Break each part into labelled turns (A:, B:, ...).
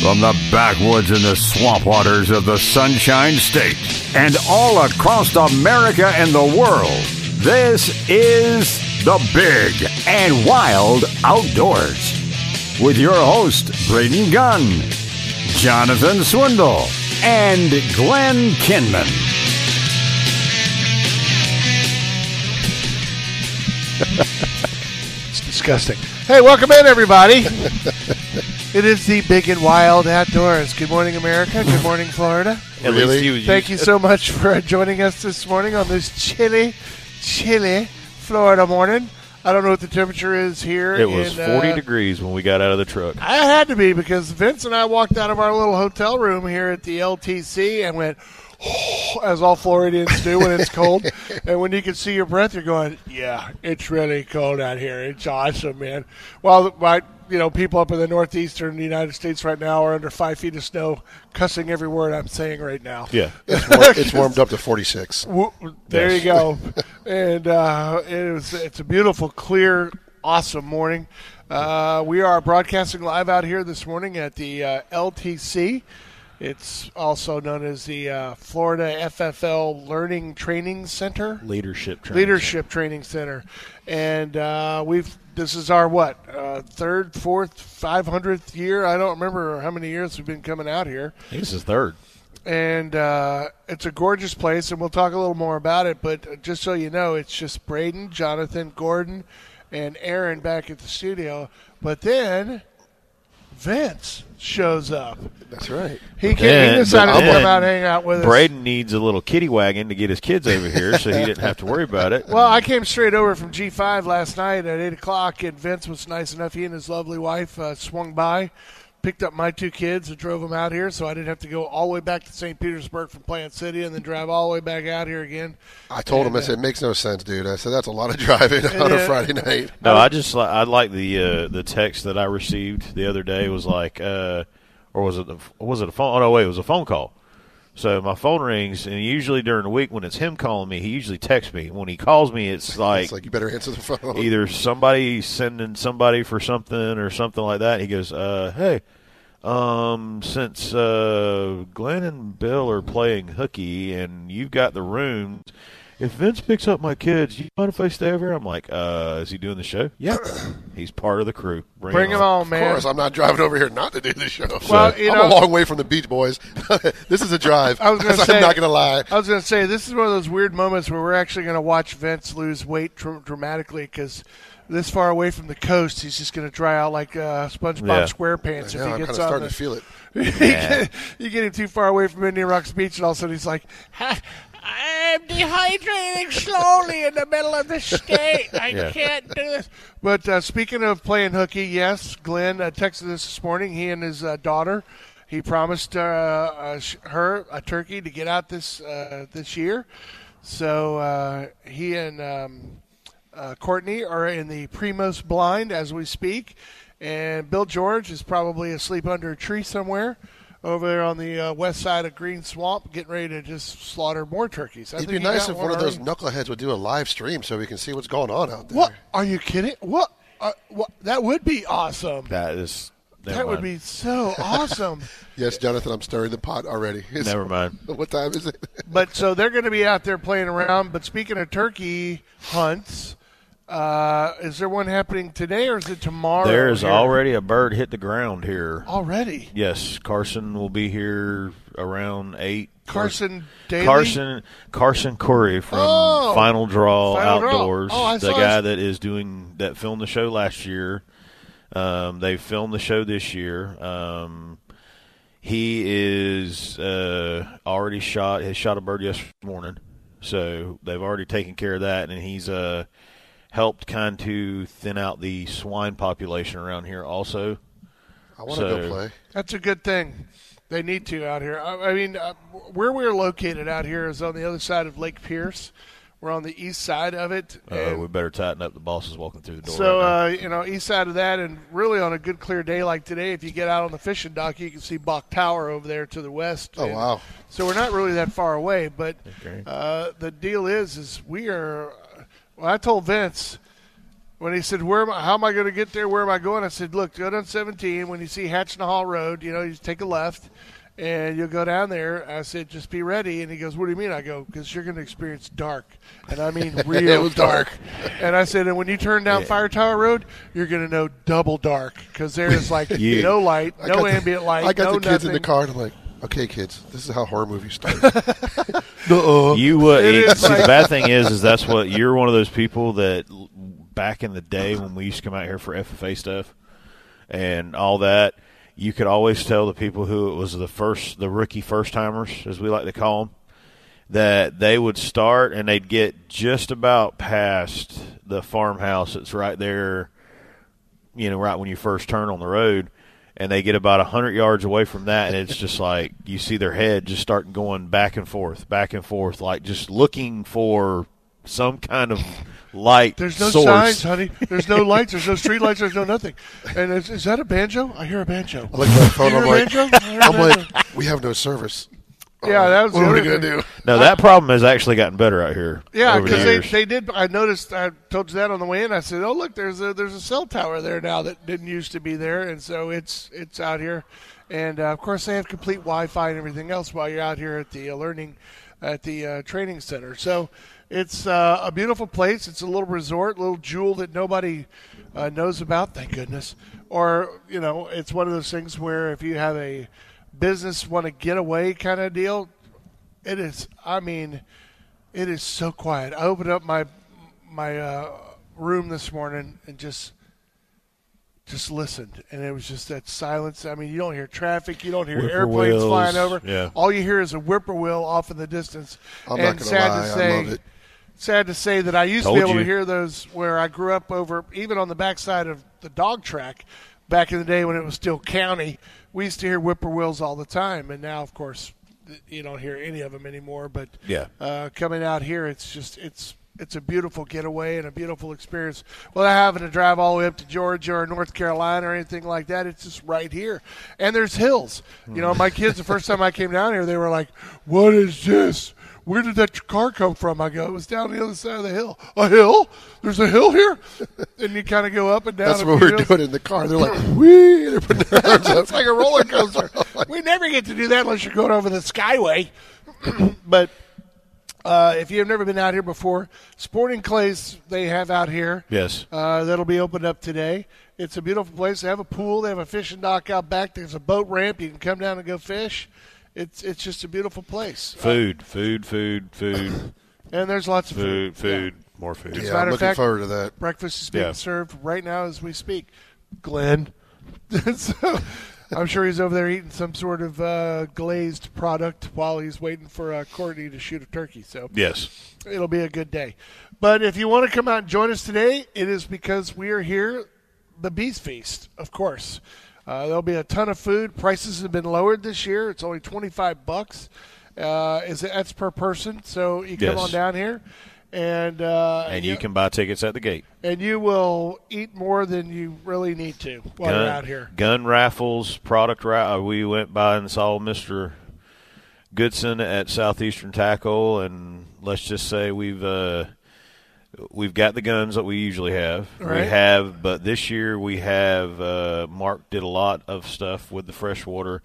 A: From the backwoods and the swamp waters of the Sunshine State and all across America and the world, this is the Big and Wild Outdoors with your host, Braden Gunn, Jonathan Swindle, and Glenn Kinman.
B: It's disgusting. Hey, welcome in, everybody. it is the Big and Wild Outdoors. Good morning, America. Good morning, Florida.
C: At
B: Really?
C: least you, you-
B: Thank you so much for joining us this morning on this chilly, chilly Florida morning. I don't know what the temperature is here.
C: It was
B: in,
C: 40
B: uh,
C: degrees when we got out of the truck.
B: I had to be because Vince and I walked out of our little hotel room here at the LTC and went, "Oh," as all Floridians do when it's cold. and when you can see your breath, you're going, yeah, it's really cold out here. It's awesome, man. While my, you know, people up in the northeastern United States right now are under five feet of snow, cussing every word I'm saying right now.
C: Yeah.
D: It's, war- it's warmed up to 46.
B: Wo- There you go. and uh, it was, it's a beautiful, clear, awesome morning. Uh, we are broadcasting live out here this morning at the uh, LTC. It's also known as the uh, Florida FFL Learning Training Center,
C: Leadership training.
B: Leadership Training Center, and uh, we've this is our what uh, third, fourth, five hundredth year. I don't remember how many years we've been coming out here
C: I think this is third.
B: and uh, it's a gorgeous place, and we'll talk a little more about it. But uh, just so you know, it's just Braden, Jonathan, Gordon, and Aaron back at the studio. But then Vince shows up.
D: That's right.
B: He, came,
C: Then-
B: he decided to
C: but
B: come
C: then
B: out and hang out with us.
C: Braden needs a little kitty wagon to get his kids over here so he didn't have to worry about it.
B: Well, I came straight over from G5 last night at 8 o'clock, and Vince was nice enough. He and his lovely wife uh, swung by, picked up my two kids, and drove them out here, so I didn't have to go all the way back to St. Petersburg from Plant City and then drive all the way back out here again.
D: I told him, I said, it makes no sense, dude. I said, that's a lot of driving on
B: Yeah.
D: a Friday night.
C: no, I just li- I like the uh, the text that I received the other day was like, uh, or was it the, was it a phone? Oh no, wait, it was a phone call. So my phone rings, and usually during the week when it's him calling me, he usually texts me. When he calls me, it's like,
D: It's like, you better answer the phone.
C: either somebody sending somebody for something or something like that. He goes, uh, "Hey, um, since uh, Glenn and Bill are playing hooky and you've got the rooms, if Vince picks up my kids, you mind if I stay over?" I'm like, "Uh, is he doing the show? Yep, he's part of the crew.
B: Bring him on,
D: Of
B: man.
D: course, I'm not driving over here not to do the show.
B: Well, you
D: I'm
B: know-
D: a long way from the Beach Boys. this is a drive.
B: I was gonna say-
D: I'm not going to lie.
B: I was going to say this is one of those weird moments where we're actually going to watch Vince lose weight dr- dramatically because this far away from the coast, he's just going to dry out like uh, SpongeBob
C: Yeah.
B: SquarePants if
D: Yeah, I'm
B: he
D: kind of
B: gets on.
D: starting
B: The,
D: to feel it.
B: you, get, you get him too far away from Indian Rocks Beach, and all of a sudden he's like, "Ha, "I'm dehydrating slowly in the middle of the state. I
C: Yeah.
B: can't do this." But uh, speaking of playing hooky, yes, Glenn uh, texted us this morning. He and his uh, daughter. He promised uh, uh, sh- her a turkey to get out this uh, this year. So uh, he and um, uh, Courtney are in the Primos blind as we speak, and Bill George is probably asleep under a tree somewhere over there on the uh, west side of Green Swamp, getting ready to just slaughter more turkeys. I
D: It'd be
B: think he
D: nice
B: got
D: if one of
B: already.
D: those knuckleheads would do a live stream so we can see what's going on out there.
B: What are you kidding? What? Uh, what? That would be awesome. That,
C: That is never
B: would be
C: mind.
B: so awesome.
D: Yes, Jonathan, I'm stirring the pot already. It's-
C: never mind.
D: What time is it?
B: But so they're going to be out there playing around. But speaking of turkey hunts, uh, is there one happening today or is it tomorrow?
C: There is
B: here?
C: already a bird hit the ground here.
B: already
C: Yes, Carson will be here around eight.
B: Carson Daly.
C: Carson Carson Corey from
B: Oh.
C: Final Draw
B: Final Draw.
C: Outdoors,
B: Oh, I
C: the
B: saw
C: guy
B: his-
C: that is doing that filmed the show last year. Um, they filmed the show this year. Um, he is uh, already shot. Has shot a bird yesterday morning, so they've already taken care of that, and he's uh, helped kind to thin out the swine population around here also.
D: I want to
C: So-
D: go play.
B: That's a good thing. They need to out here. I, I mean, uh, where we're located out here is on the other side of Lake Pierce. We're on the east side of it.
C: Uh,
B: and
C: we better tighten up. The boss is walking through the door.
B: so,
C: right now.
B: uh, you know, east side of that, and really on a good clear day like today, if you get out on the fishing dock, you can see Bach Tower over there to the west.
D: Oh,
B: And
D: wow.
B: So we're not really that far away, but
C: Okay.
B: uh, the deal is, is we are. Well, I told Vince, when he said, "Where am I? How am I going to get there? Where am I going?" I said, "Look, go down 17. When you see Hatchna Hall Road, you know, you just take a left, and you'll go down there." I said, "Just be ready." And he goes, "What do you mean?" I go, "Because you're going to experience dark, and I mean real
D: was
B: dark." And I said, "And when you turn down
C: Yeah.
B: Fire Tower Road, you're going to know double dark because there is like
C: Yeah.
B: no light,
D: I
B: no
D: got the-
B: ambient light,
D: I got
B: no
D: the kids
B: nothing.
D: in the car, and I'm like, okay, kids, this is how horror movies start.
C: You would.
B: uh, It is
C: see,
B: like-
C: the bad thing is, is that's what you're one of those people that l- back in the day when we used to come out here for FFA stuff and all that, you could always tell the people who it was the first, the rookie first timers, as we like to call them, that they would start and they'd get just about past the farmhouse that's right there, you know, right when you first turn on the road. And they get about a hundred yards away from that, and it's just like you see their head just starting going back and forth, back and forth, like just looking for some kind of light.
B: There's no
C: source.
B: signs, honey. There's no lights. There's no street lights. There's no nothing. And is, is that a banjo? I hear a banjo.
D: I look at my phone.
B: You hear
D: I'm
B: a
D: like,
B: banjo? I hear a
D: I'm
B: banjo.
D: like, we have no service. Uh,
B: Yeah, that was
D: what
B: the
D: are we
B: other
D: gonna
B: thing.
D: do?
C: No, that problem has actually gotten better out here.
B: Yeah,
C: over the
B: because they,
C: years.
B: they did. I noticed. I told you that on the way in. I said, "Oh, look, there's a there's a cell tower there now that didn't used to be there, and so it's it's out here, and uh, of course they have complete Wi-Fi and everything else while you're out here at the uh, learning, at the uh, training center. So it's uh, a beautiful place. It's a little resort, little jewel that nobody uh, knows about. Thank goodness. Or you know, it's one of those things where if you have a business want to get away kind of deal, it is. I mean, it is so quiet. I opened up my my uh, room this morning and just just listened, and it was just that silence. I mean, you don't hear traffic, you don't hear airplanes
C: Whippoorwills,
B: flying over.
C: yeah.
B: All you hear is a whippoorwill off in the distance.
D: I'm not
B: and
D: gonna
B: sad
D: lie,
B: to
D: I
B: say,
D: love it.
B: sad to say that I used
C: Told
B: to be able to
C: you.
B: hear those where I grew up over, even on the backside of the dog track. Back in the day when it was still county, we used to hear whippoorwills all the time, and now, of course, th- you don't hear any of them anymore. But
C: Yeah.
B: uh, coming out here, it's just it's it's a beautiful getaway and a beautiful experience. Without having to drive all the way up to Georgia or North Carolina or anything like that, it's just right here. And there's hills. You know, my kids the first time I came down here, they were like, "What is this? Where did that car come from?" I go, "It was down the other side of the hill. A hill? There's a hill here." And you kind of go up and down.
D: That's
B: a
D: what
B: few
D: we're
B: hills.
D: doing in the car. They're like, we. They're putting their arms up.
B: It's like a roller coaster. we never get to do that unless you're going over the Skyway. but uh, if you've never been out here before, Sporting Clays they have out here.
C: Yes.
B: Uh, that'll be opened up today. It's a beautiful place. They have a pool. They have a fishing dock out back. There's a boat ramp. You can come down and go fish. It's it's just a beautiful place.
C: Food, food, food, food,
B: And there's lots of
C: food,
B: food.
C: food, more food.
D: Yeah,
B: matter
D: I'm
B: of
D: looking
B: fact-
D: forward to that.
B: Breakfast is being
C: Yeah.
B: served right now as we speak. Glenn. so I'm sure he's over there eating some sort of uh, glazed product while he's waiting for uh, Courtney to shoot a turkey. So
C: Yes.
B: it'll be a good day. But if you want to come out and join us today, it is because we are here, the Beast Feast, of course. Uh, there'll be a ton of food. Prices have been lowered this year. It's only twenty five bucks. Uh, is that's per person? So you come
C: Yes.
B: on down here, and uh,
C: And you can buy tickets at the gate.
B: and you will eat more than you really need to while you're out here.
C: gun raffles, product ra- uh, We went by and saw Mr. Goodson at Southeastern Tackle, and let's just say we've uh, we've got the guns that we usually have.
B: Right.
C: We have, but this year we have. Uh, Mark did a lot of stuff with the freshwater,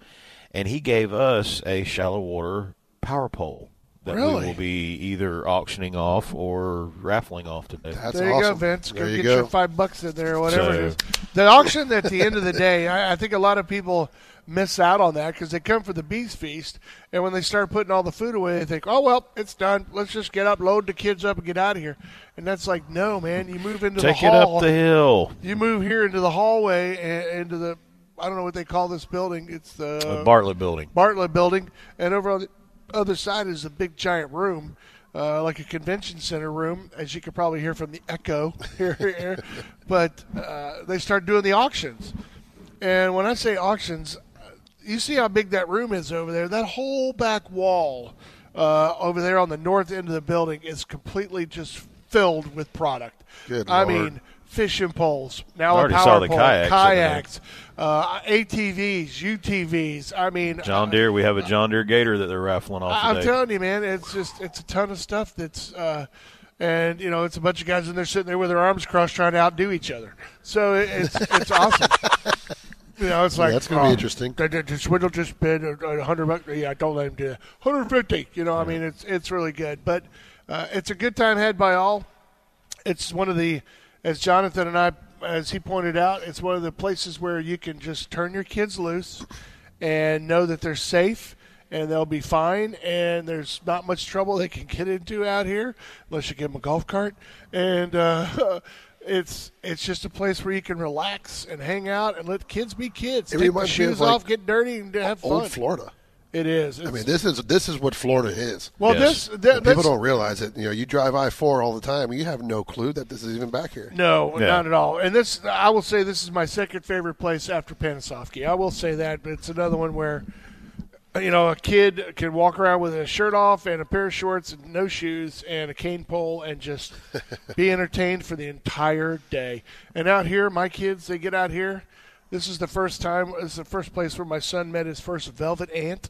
C: and he gave us a shallow water power pole that
B: Really?
C: we will be either auctioning off or raffling off today.
D: That's
B: there you go,
D: awesome.
B: Vince. Go
D: There you
B: get
D: go.
B: your five bucks in there or whatever it
C: So-
B: is. The auction at the end of the day, I, I think a lot of people miss out on that because they come for the Beast Feast, and when they start putting all the food away, they think, oh, well, it's done. Let's just get up, load the kids up, and get out of here. And that's like, no, man. You move into
C: Take
B: the
C: it
B: hall.
C: up the hill.
B: you move here into the hallway and into the, I don't know what they call this building. It's the
C: The Bartlett Building.
B: Bartlett building, and over on the other side is a big giant room, uh, like a convention center room, as you could probably hear from the echo here. here. But uh, they start doing the auctions, and when I say auctions, you see how big that room is over there. That whole back wall uh, over there on the north end of the building is completely just filled with product.
D: Good
B: I
D: Lord.
B: mean, fishing poles. Now
C: I
B: a
C: already
B: power
C: saw the
B: pole,
C: kayaks in there.
B: kayaks, uh, ATVs, UTVs. I mean,
C: John Deere. We have a John Deere Gator that they're raffling off
B: I- I'm
C: today.
B: telling you, man, it's just it's a ton of stuff that's uh, and you know it's a bunch of guys in there sitting there with their arms crossed trying to outdo each other. So it- it's it's awesome. You know, it's like oh,
D: that's gonna be interesting.
B: They, they, Swindle just bid a- a hundred bucks. Yeah, don't let him do that. Hundred fifty. You know, I mean, it's it's really good, but uh, it's a good time had by all it's one of the as Jonathan and I as he pointed out, it's one of the places where you can just turn your kids loose and know that they're safe and they'll be fine and there's not much trouble they can get into out here unless you give them a golf cart and uh, it's it's just a place where you can relax and hang out and let kids be kids.
D: It
B: Take the
D: reminds me of,
B: shoes
D: like,
B: off, get dirty, and have fun.
D: Old Florida.
B: It is.
D: I
B: It's-
D: mean, this is this is what Florida is.
B: well, this
C: Yes.
B: th-
D: People
B: that's,
D: don't realize it. You know, you drive I four all the time. You have no clue that this is even back here.
B: No,
C: Yeah.
B: not at all. And this, I will say, this is my second favorite place after Panasoffkee. I will say that, but it's another one where, you know, a kid can walk around with a shirt off and a pair of shorts and no shoes and a cane pole and just be entertained for the entire day. And out here, my kids, they get out here. This is the first time. This is the first place where my son met his first velvet aunt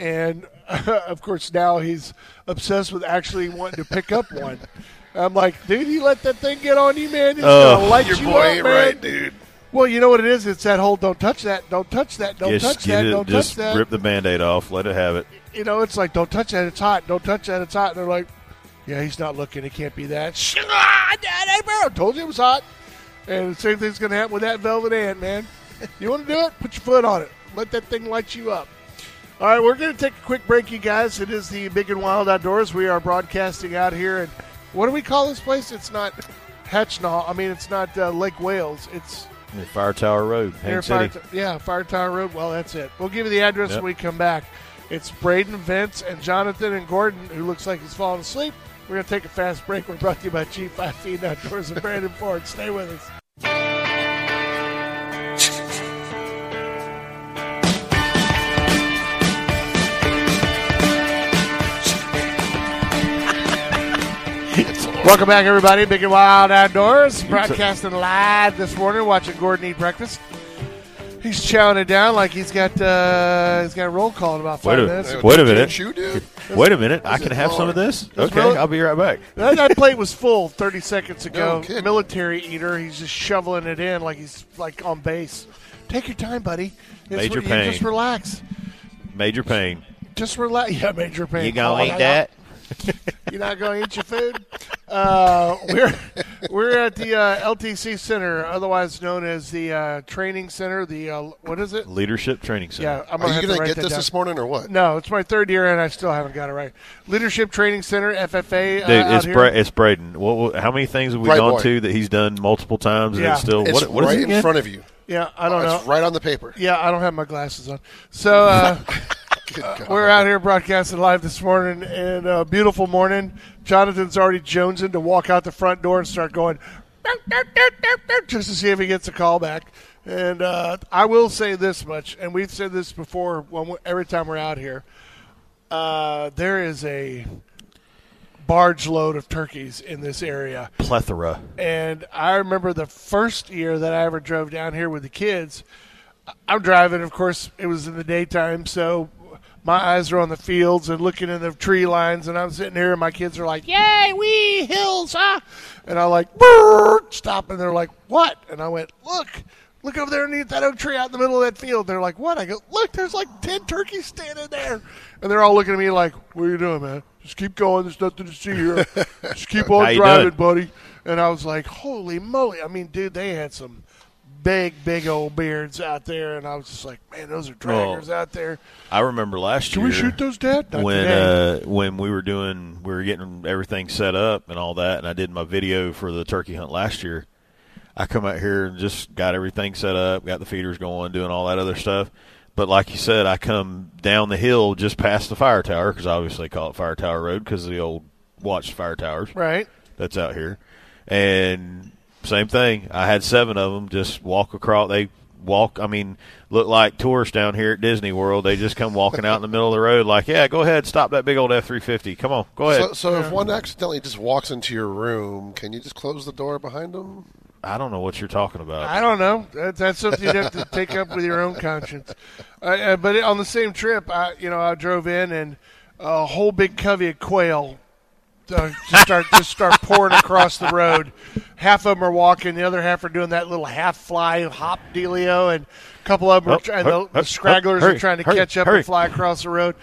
B: and of course now he's obsessed with actually wanting to pick up one. I'm like, dude, you let that thing get on you, man. It's gonna light you up, man.
D: dude.
B: Well, you know what it is? It's that whole "don't touch that, don't touch that, don't
C: just
B: touch
C: get
B: that,
C: it.
B: don't
C: just
B: touch that."
C: rip the band-aid off. Let it have it.
B: you know, it's like, "don't touch that, it's hot, don't touch that, it's hot." And they're like, "Yeah, he's not looking. It can't be that." Shh, ah, Dad, I bro, told you it was hot. And the same thing's gonna happen with that velvet ant, man. You want to do it? Put your foot on it. Let that thing light you up. All right, we're going to take a quick break, you guys. It is the Big and Wild Outdoors. We are broadcasting out here, and what do we call this place? It's not Hatchnaw. I mean, it's not uh, Lake Wales. It's
C: In Fire Tower Road,
B: Air
C: Hank
B: Fire
C: City.
B: T- yeah, Fire Tower Road. Well, that's it. We'll give you the address
C: Yep.
B: when we come back. It's Braden, Vince, and Jonathan and Gordon, who looks like he's falling asleep. We're going to take a fast break. We're brought to you by G5 Feed Outdoors and Brandon Ford. Stay with us. Welcome back, everybody. Big and Wild Outdoors, broadcasting live this morning, watching Gordon eat breakfast. He's chowing it down like he's got uh, he's got a roll call in about
C: Wait
B: five
C: a-
B: minutes.
C: Wait a minute.
D: Shoe, dude.
C: Wait a minute. I can have some of this. Okay,
B: really-
C: I'll be right back.
B: That, that plate was full 30 seconds ago.
D: No kidding.
B: Military eater. He's just shoveling it in like he's like on base. Take your time, buddy. It's
C: Major
B: what- you
C: pain.
B: Just relax.
C: Major pain.
B: Just relax. Yeah, major pain.
C: You gonna
B: Oh,
C: eat
B: yeah.
C: that?
B: You're not going to eat your food. Uh, we're we're at the uh, LTC Center, otherwise known as the uh, training center. The uh, what is it?
C: Leadership Training Center.
B: Yeah, I'm
D: Are
B: gonna
D: you
B: have to
D: going to
B: write
D: get
B: that
D: this
B: down.
D: this morning or what?
B: No, it's my third year and I still haven't got it right. Leadership Training Center, FFA.
C: Dude,
B: uh, out
C: it's
B: here.
C: Bra- it's Braden. What, what- how many things have we
D: Bright
C: gone
D: boy.
C: to that he's done multiple times and
B: Yeah.
C: it's still
D: It's
C: what, what is
D: right
C: it
D: in
C: again?
D: front of you.
B: Yeah, I don't know.
D: Oh, It's right on the paper.
B: Yeah, I don't have my glasses on. So uh,
D: Good God.
B: we're out here broadcasting live this morning, and a beautiful morning. Jonathan's already jonesing to walk out the front door and start going "Doot, doot, doot, doot, doot," just to see if he gets a call back. And uh, I will say this much, and we've said this before when, every time we're out here. Uh, there is a barge load of turkeys in this area.
C: Plethora.
B: And I remember the first year that I ever drove down here with the kids. I'm driving, of course, it was in the daytime, so my eyes are on the fields and looking in the tree lines, and I'm sitting here, and my kids are like, Yay, we hills, huh? And I like, "Brrr," stop, and they're like, What? And I went, Look, look over there underneath that oak tree out in the middle of that field. They're like, What? I go, Look, there's like 10 turkeys standing there. And they're all looking at me like, What are you doing, man? Just keep going. There's nothing to see here. Just keep on
C: How you
B: driving,
C: doing?
B: buddy. And I was like, holy moly. I mean, dude, they had some big, big old beards out there. And I was just like, man, those are draggers
C: Oh.
B: out there.
C: I remember last
B: Can
C: year.
B: we shoot those, Dad? Not
C: when
B: today.
C: uh, when we were doing we were getting everything set up and all that, and I did my video for the turkey hunt last year. I come out here and just got everything set up, got the feeders going, doing all that other stuff. But like you said, I come down the hill just past the fire tower because obviously they call it Fire Tower Road because the old watch fire towers
B: right?
C: that's out here. And same thing. I had seven of them just walk across. They walk. I mean, look like tourists down here at Disney World. They just come walking out in the middle of the road, like, yeah, go ahead, stop that big old F three fifty. Come on, go ahead.
D: So, so if one accidentally just walks into your room, can you just close the door behind them?
C: I don't know what you're talking about.
B: I don't know. That, that's something you'd have to take up with your own conscience. Uh, uh, but it, on the same trip, I you know I drove in and a whole big covey of quail uh, just start just start pouring across the road. Half of them are walking, the other half are doing that little half fly hop dealio, and a couple of them are,
C: Hup,
B: try- and
C: hup,
B: the, the
C: hup,
B: scragglers
C: oh, hurry,
B: are trying to
C: hurry,
B: catch up
C: hurry.
B: and fly across the road.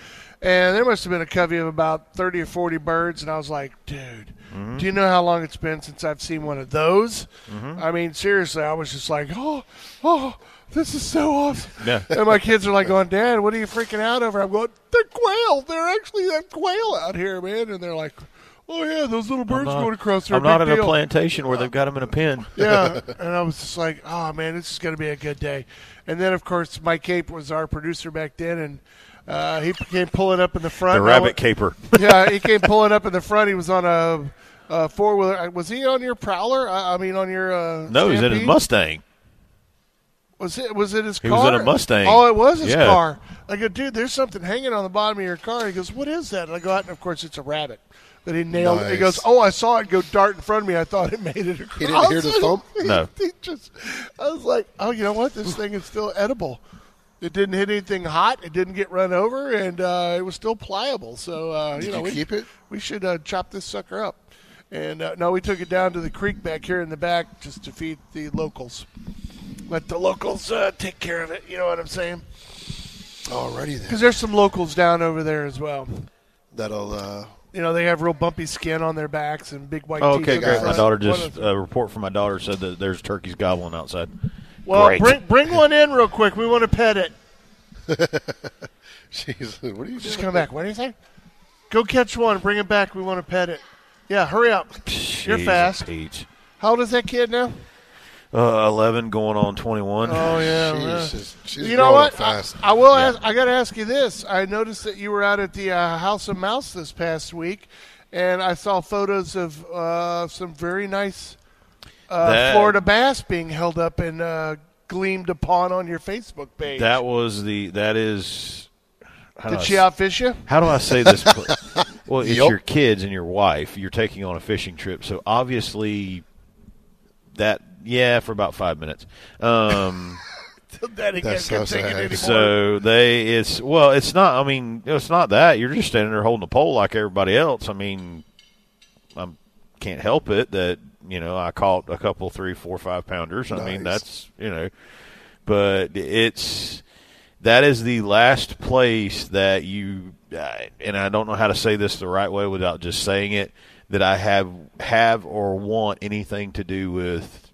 B: And there must have been a covey of about thirty or forty birds, and I was like, dude.
C: Mm-hmm.
B: Do you know how long it's been since I've seen one of those?
C: Mm-hmm.
B: I mean, seriously, I was just like, oh, oh, this is so awesome.
C: Yeah.
B: And my kids are like going, Dad, what are you freaking out over? I'm going, they're quail. They're actually that quail out here, man. And they're like, oh, yeah, those little birds going across there.
C: I'm not
B: big
C: in a
B: deal."
C: plantation where they've got them in a pen.
B: yeah. And I was just like, oh, man, this is going to be a good day. And then, of course, Mike Cape was our producer back then, and uh, he came pulling up in the front.
C: The
B: And I
C: rabbit
B: went-
C: caper.
B: yeah, he came pulling up in the front. He was on a, a four wheeler. Was he on your Prowler? I, I mean, on your uh,
C: No, he's in his
B: Stampede?
C: Mustang.
B: Was it was it his
C: He
B: car?
C: was in a Mustang.
B: Oh, it was his
C: Yeah.
B: car. I go, dude, there's something hanging on the bottom of your car. He goes, what is that? And I go out, and of course, it's a rabbit that he nailed. He
D: Nice.
B: goes, oh, I saw it go dart in front of me. I thought it made it across.
D: He didn't hear the thump?
C: No.
B: He just, I was like, oh, you know what? This thing is still edible. It didn't hit anything hot. It didn't get run over, and uh, it was still pliable. So uh, you
D: Did
B: know,
D: you
B: we,
D: keep it?
B: we should uh, chop this sucker up. And uh, no, we took it down to the creek back here in the back just to feed the locals. Let the locals uh, take care of it. You know what I'm saying?
D: Alrighty then.
B: Because there's some locals down over there as well.
D: That'll uh,
B: You know, they have real bumpy skin on their backs and big white
C: Oh,
B: teeth.
C: okay,
B: on their
C: great. My
B: front.
C: daughter
B: One
C: just
B: of-
C: a report from my daughter said that there's turkeys gobbling outside.
B: well,
C: Great.
B: bring bring one in real quick. We want to pet it.
D: Jeez, what are you
B: Just
D: doing?
B: come back. What do you say? Go catch one. Bring it back. We want to pet it. Yeah, hurry up. You're
C: Jeez,
B: fast.
C: Pete.
B: How old is that kid now?
C: Uh, Eleven going on twenty-one.
B: Oh yeah. yeah.
D: Jeez, she's, she's
B: you
D: growing
B: know
D: up
B: what?
D: Fast.
B: I, I will. Ask, I got to ask you this. I noticed that you were out at the uh, House of Mouse this past week, and I saw photos of uh, some very nice uh,
C: That-
B: Florida bass being held up and uh, gleamed upon on your Facebook page.
C: That was the. That is. How do
B: Did
C: I
B: she outfish you?
C: How do I say this? well, it's
D: Yup.
C: your kids and your wife. You're taking on a fishing trip, so obviously that yeah for about five minutes. Um,
B: that again,
D: That's so
B: couldn't take it
D: sad.
B: anymore.
C: so they it's well, it's not. I mean, it's not that you're just standing there holding a pole like everybody else. I mean, I can't help it that you know I caught a couple three, four, five pounders. I mean,
D: Nice.
C: that's you know, but it's that is the last place that you I- and I don't know how to say this the right way without just saying it that I have have or want anything to do with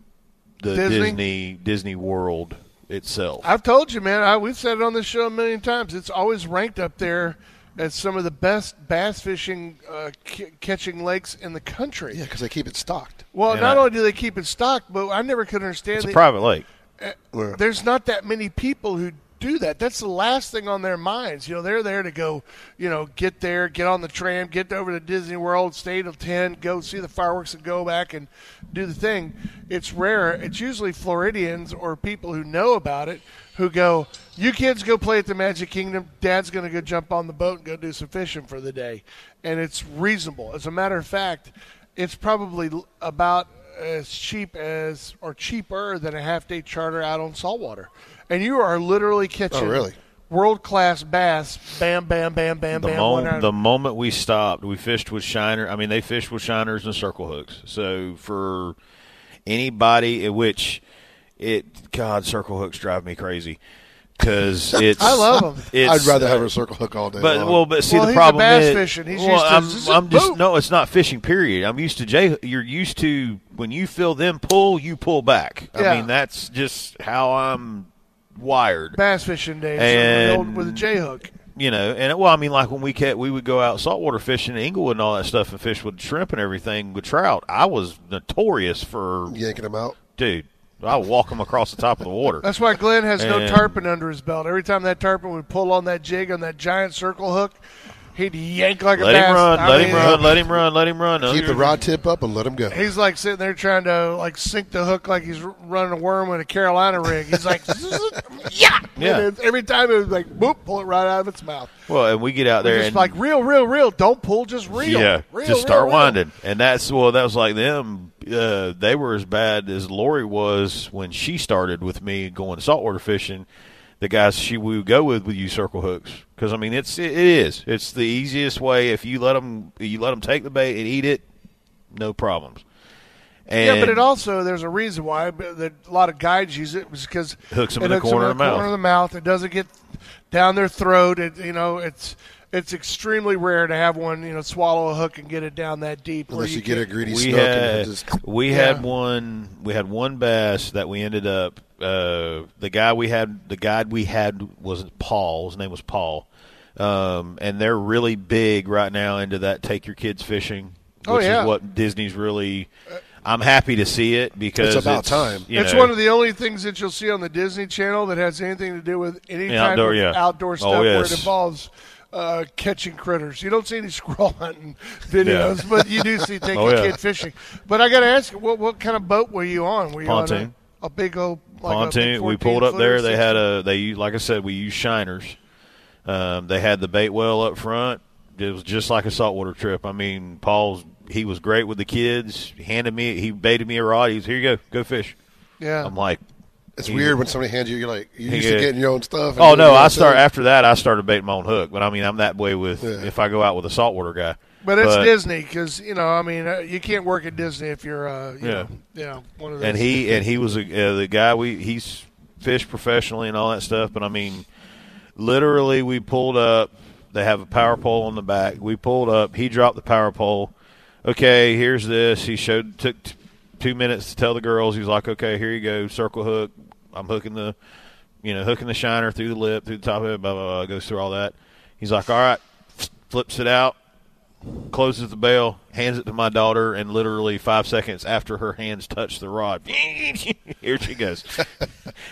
C: the
B: Disney?
C: Disney Disney World itself.
B: I've told you, man. I, we've said it on this show a million times. It's always ranked up there as some of the best bass fishing uh, c- catching lakes in the country.
D: Yeah, because they keep it stocked.
B: Well,
C: And
B: not
C: I-
B: only do they keep it stocked, but I never could understand
C: it's a
B: that
C: private lake.
D: Where-
B: there's not that many people who do that. That's the last thing on their minds. You know, they're there to go, you know, get there, get on the tram, get over to Disney World, stay till 10, go see the fireworks and go back and do the thing. It's rare. It's usually Floridians or people who know about it who go, you kids go play at the Magic Kingdom. Dad's going to go jump on the boat and go do some fishing for the day. And it's reasonable. As a matter of fact, it's probably l- about as cheap as or cheaper than a half day charter out on saltwater. And you are literally catching
D: Oh, really?
B: world class bass, bam, bam, bam, bam,
C: The,
B: bam.
C: mo-
B: one out-
C: the moment we stopped, we fished with shiner. I mean, they fished with shiners and circle hooks. So for anybody, in which it God circle hooks drive me crazy because it's
B: I love 'em.
C: it's-
D: I'd rather have her circle hook all day.
C: But
D: long.
C: well, but see
B: Well,
C: the
B: he's a
C: problem
B: bass
C: is
B: fishing. He's
C: well,
B: used to-
C: I'm,
B: zzz,
C: I'm just
B: boom.
C: no, it's not fishing. Period. I'm used to Jay. You're used to when you feel them pull, you pull back.
B: Yeah.
C: I mean that's just how I'm wired.
B: bass fishing days with the old-
C: And-
B: with a J hook.
C: You know, and well, I mean, like when we kept, we would go out saltwater fishing in Englewood and all that stuff, and fish with shrimp and everything with trout. I was notorious for
D: yanking them out.
C: dude. I would walk them across the top of the water.
B: That's why Glenn has no
C: And-
B: tarpon under his belt. Every time that tarpon would pull on that jig on that giant circle hook, he'd yank like a
C: Let
B: bass.
C: him run,
B: I
C: let him
B: mean,
C: run, let him run, let him run. Oh,
D: Keep the
C: Under-
D: rod tip up and let them go.
B: He's like sitting there trying to like sink the hook like he's r- running a worm in a Carolina rig. He's like, yeah,
C: Yeah.
B: And then every time it was like, boop, pull it right out of its mouth.
C: Well, and we get out there
B: They're just
C: and
B: like real, real, real. Don't pull, just real.
C: Yeah,
B: real,
C: just start
B: real, real.
C: winding, and that's well, that was like them. Uh, they were as bad as Lori was when she started with me going saltwater fishing. the guys she would go with would use circle hooks because I mean it's it is it's the easiest way if you let them you let them take the bait and eat it, no problems. And
B: yeah, but it also there's a reason why but that a lot of guys use it was because
C: Hooks 'em
B: it
C: in the corner
B: in
C: of the mouth.
B: corner of the mouth. It doesn't get down their throat. It you know it's it's extremely rare to have one you know swallow a hook and get it down that deep. where
D: Unless you get a greedy
C: we
D: snook
C: had
D: and just
C: we
B: Yeah.
C: had one we had one bass that we ended up uh, the guy we had the guide we had was Paul his name was Paul um, and they're really big right now into that take your kids fishing which
B: Oh, yeah.
C: is what Disney's really I'm happy to see it because
D: It's about time.
C: you
B: it's
C: know,
B: one of the only things that you'll see on the Disney Channel that has anything to do with any
C: Yeah,
B: type
C: outdoor,
B: of
C: yeah.
B: outdoor
C: Oh,
B: stuff where it
C: yes.
B: involves uh, catching critters. You don't see any squirrel hunting videos, but you do see taking
C: Oh, yeah.
B: kid fishing. But I got to ask, you, what what kind of boat were you on? Were you on
C: Pontoon.
B: a, a big old like uh, a big
C: pontoon. We
B: 14
C: pulled up
B: footer,
C: there. They
B: 16?
C: had a they u- like I said we used shiners. Um, they had the bait well up front. It was just like a saltwater trip. I mean, Paul's he was great with the kids. He handed me he baited me a rod. He was here you go go fish.
B: yeah.
C: I'm like,
D: It's weird when somebody hands you. You're like you
C: He
D: used to
C: get-
D: getting your own stuff. and
C: oh
D: doing your
C: no!
D: own
C: I start
D: thing.
C: after that. I started baiting my own hook. But I mean, I'm that way with
D: Yeah.
C: if I go out with a saltwater guy.
B: But it's Disney 'cause Disney because you know I mean uh, you can't work at Disney if you're uh, you
C: Yeah.
B: know, you know, one of those.
C: and he and he was a, uh, the guy we he's fished professionally and all that stuff but i mean literally we pulled up they have a power pole on the back we pulled up he dropped the power pole okay here's this he showed took t- two minutes to tell the girls he was like okay here you go circle hook i'm hooking the you know hooking the shiner through the lip through the top of it blah blah blah goes through all that he's like all right flips it out closes the bell, hands it to my daughter, and literally five seconds after her hands touch the rod, here she goes.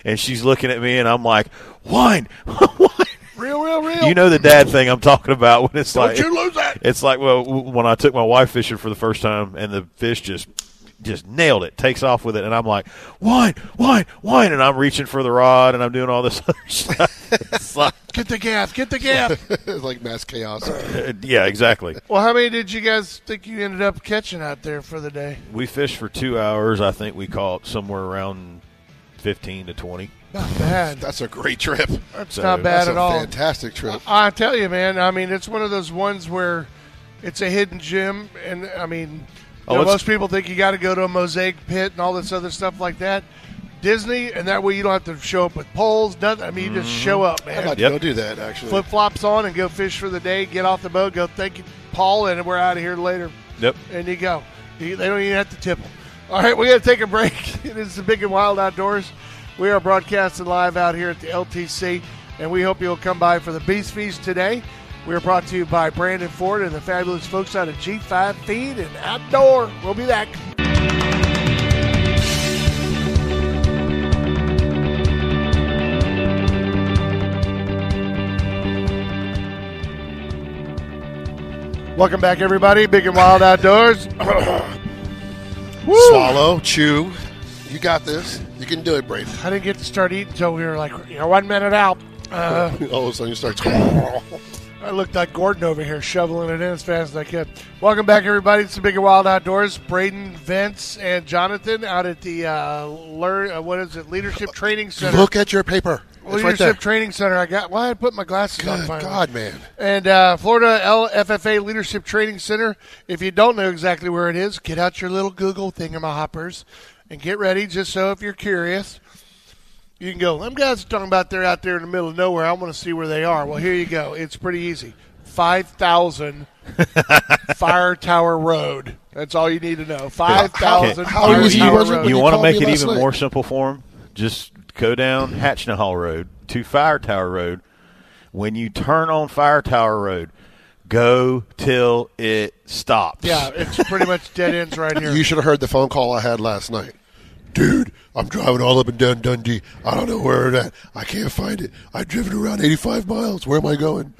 C: and she's looking at me, and I'm like, wine, wine.
B: real real real.
C: You know the dad thing I'm talking about when it's
B: don't
C: like
B: you lose that?
C: it's like well w- when I took my wife fishing for the first time and the fish just just nailed it, takes off with it, and I'm like wine, wine, wine, and I'm reaching for the rod and I'm doing all this other stuff. It's like,
B: Get the gaff. Get the gaff.
D: it's like mass chaos.
C: uh, yeah, exactly.
B: Well, how many did you guys think you ended up catching out there for the day?
C: We fished for two hours. I think we caught somewhere around fifteen to twenty.
B: Not bad.
D: That's a great trip.
B: That's
C: so-
B: not bad
D: That's
B: at
D: a
B: all.
D: fantastic trip.
B: I tell you, man. I mean, it's one of those ones where it's a hidden gem, and I mean,
C: Oh,
B: you know,
C: it's-
B: most people think you got to go to a mosaic pit and all this other stuff like that. Disney, and that way you don't have to show up with poles. Nothing. I mean, you just show up,
D: I'd
B: man.
D: like
C: Yep.
D: to go do that actually.
B: Flip flops on and go fish for the day. Get off the boat. Go thank you, Paul, and we're out of here later.
C: Yep.
B: and you go. You- They don't even have to tip them. All right, we got to take a break. It is the Big and Wild Outdoors. We are broadcasting live out here at the LTC, and we hope you'll come by for the Beast Feast today. We are brought to you by Brandon Ford and the fabulous folks out of G5 Feed and Outdoor. We'll be back. Welcome back, everybody. Big and Wild Outdoors. Woo!
D: Swallow, chew. You got this. You can do it, Brady.
B: I didn't get to start eating until we were like, you know, one minute out. Uh,
D: All of a sudden you start. I
B: I looked like Gordon over here shoveling it in as fast as I could. Welcome back, everybody. It's the Big and Wild Outdoors. Braden, Vince, and Jonathan out at the uh, learn uh, what is it? Leadership Training Center.
D: Look at your paper. It's right
B: Leadership
D: there.
B: Training Center. I got. Why I put my glasses on?
D: Good
B: Finally.
D: God, man.
B: And uh, Florida LFFA Leadership Training Center. If you don't know exactly where it is, get out your little Google thingamahoppers and get ready. Just so if you're curious, you can go. Them guys are talking about they're out there in the middle of nowhere. I want to see where they are. Well, here you go. It's pretty easy. Five thousand Fire Tower Road. That's all you need to know. Five thousand.
D: how
B: Fire
D: easy
B: Tower
D: was it
B: Road.
D: when
C: You
D: you
C: want to
D: called
C: make
D: me
C: it
D: last
C: even
D: night?
C: more simple for him? Just go down Hatchinahall Road to Fire Tower Road. When you turn on Fire Tower Road, go till it stops.
B: Yeah, it's pretty much dead ends right here.
D: You should have heard the phone call I had last night. Dude, I'm driving all up and down Dundee. I don't know where it at. I can't find it. I've driven around 85 miles. Where am I going?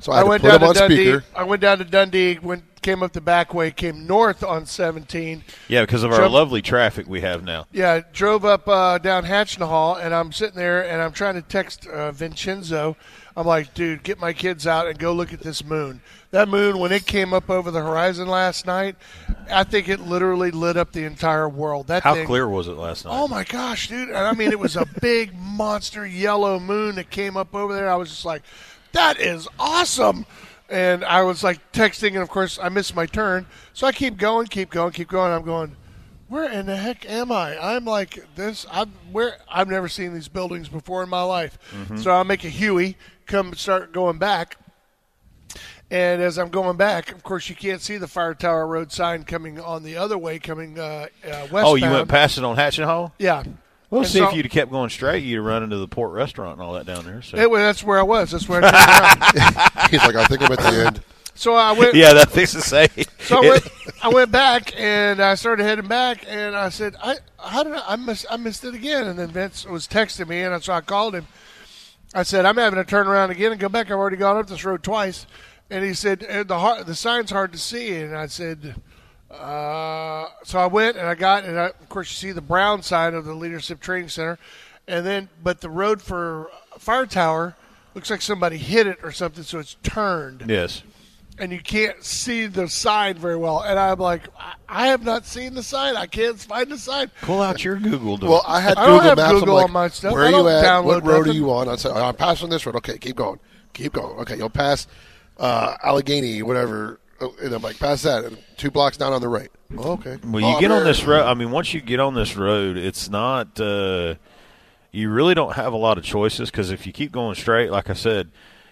D: So I, had to put him on
B: Dundee.
D: speaker.
B: I went down to Dundee. Went came up the back way. Came north on 17.
C: Yeah, because of our
B: Trump-
C: lovely traffic we have now.
B: Yeah, drove up uh, down Hatchinahall, and I'm sitting there, and I'm trying to text uh, Vincenzo. I'm like, dude, get my kids out and go look at this moon. That moon, when it came up over the horizon last night, I think it literally lit up the entire world. That
C: How
B: thing,
C: clear was it last night?
B: Oh my gosh, dude! And I mean, it was a big monster yellow moon that came up over there. I was just like, "That is awesome!" And I was like texting, and of course, I missed my turn, so I keep going, keep going, keep going. I'm going, "Where in the heck am I?" I'm like, "This, I'm where? I've never seen these buildings before in my life."
C: Mm-hmm.
B: So I make a Huey, come start going back. And as I'm going back, of course, you can't see the Fire Tower Road sign coming on the other way, coming uh, uh, westbound.
C: oh, you went past it on Hatchet Hall?
B: Yeah.
C: Well,
B: And
C: see
B: so-
C: if you'd have kept going straight, you'd have run into the Port Restaurant and all that down there. So.
B: It, well, that's where I was. That's where I turned around.
D: He's like, I think I'm at the end.
B: so I went.
C: yeah, that thing's the same.
B: So I went, I went back and I started heading back and I said, I how did I, I miss I missed it again? And then Vince was texting me and so I called him. I said, I'm having to turn around again and go back. I've already gone up this road twice. And he said, "Eh, the har the sign's hard to see. And I said, uh, so I went and I got, and I, of course, you see the brown sign of the Leadership Training Center. And then, but the road for Fire Tower looks like somebody hit it or something, so it's turned
C: yes.
B: and you can't see the sign very well. And I'm like, I- I have not seen the sign. I can't find the sign.
C: Pull out your Google.
D: Well, I had
B: I don't
D: Google
B: have
D: Maps.
B: Google
D: I'm like,
B: on my stuff.
D: Where
B: I
D: are you
B: don't
D: at?
B: download
D: What road
B: nothing.
D: are you on? I said, "Oh, I'm passing this road. Okay, keep going. Keep going. Okay, you'll pass uh, Allegheny, whatever. Oh, And I'm like, pass that. And two blocks down on the right. Oh, okay.
C: Well, you
D: Oh,
C: get on
D: man.
C: this road. I mean, once you get on this road, it's not. Uh, you really don't have a lot of choices because if you keep going straight, like I said,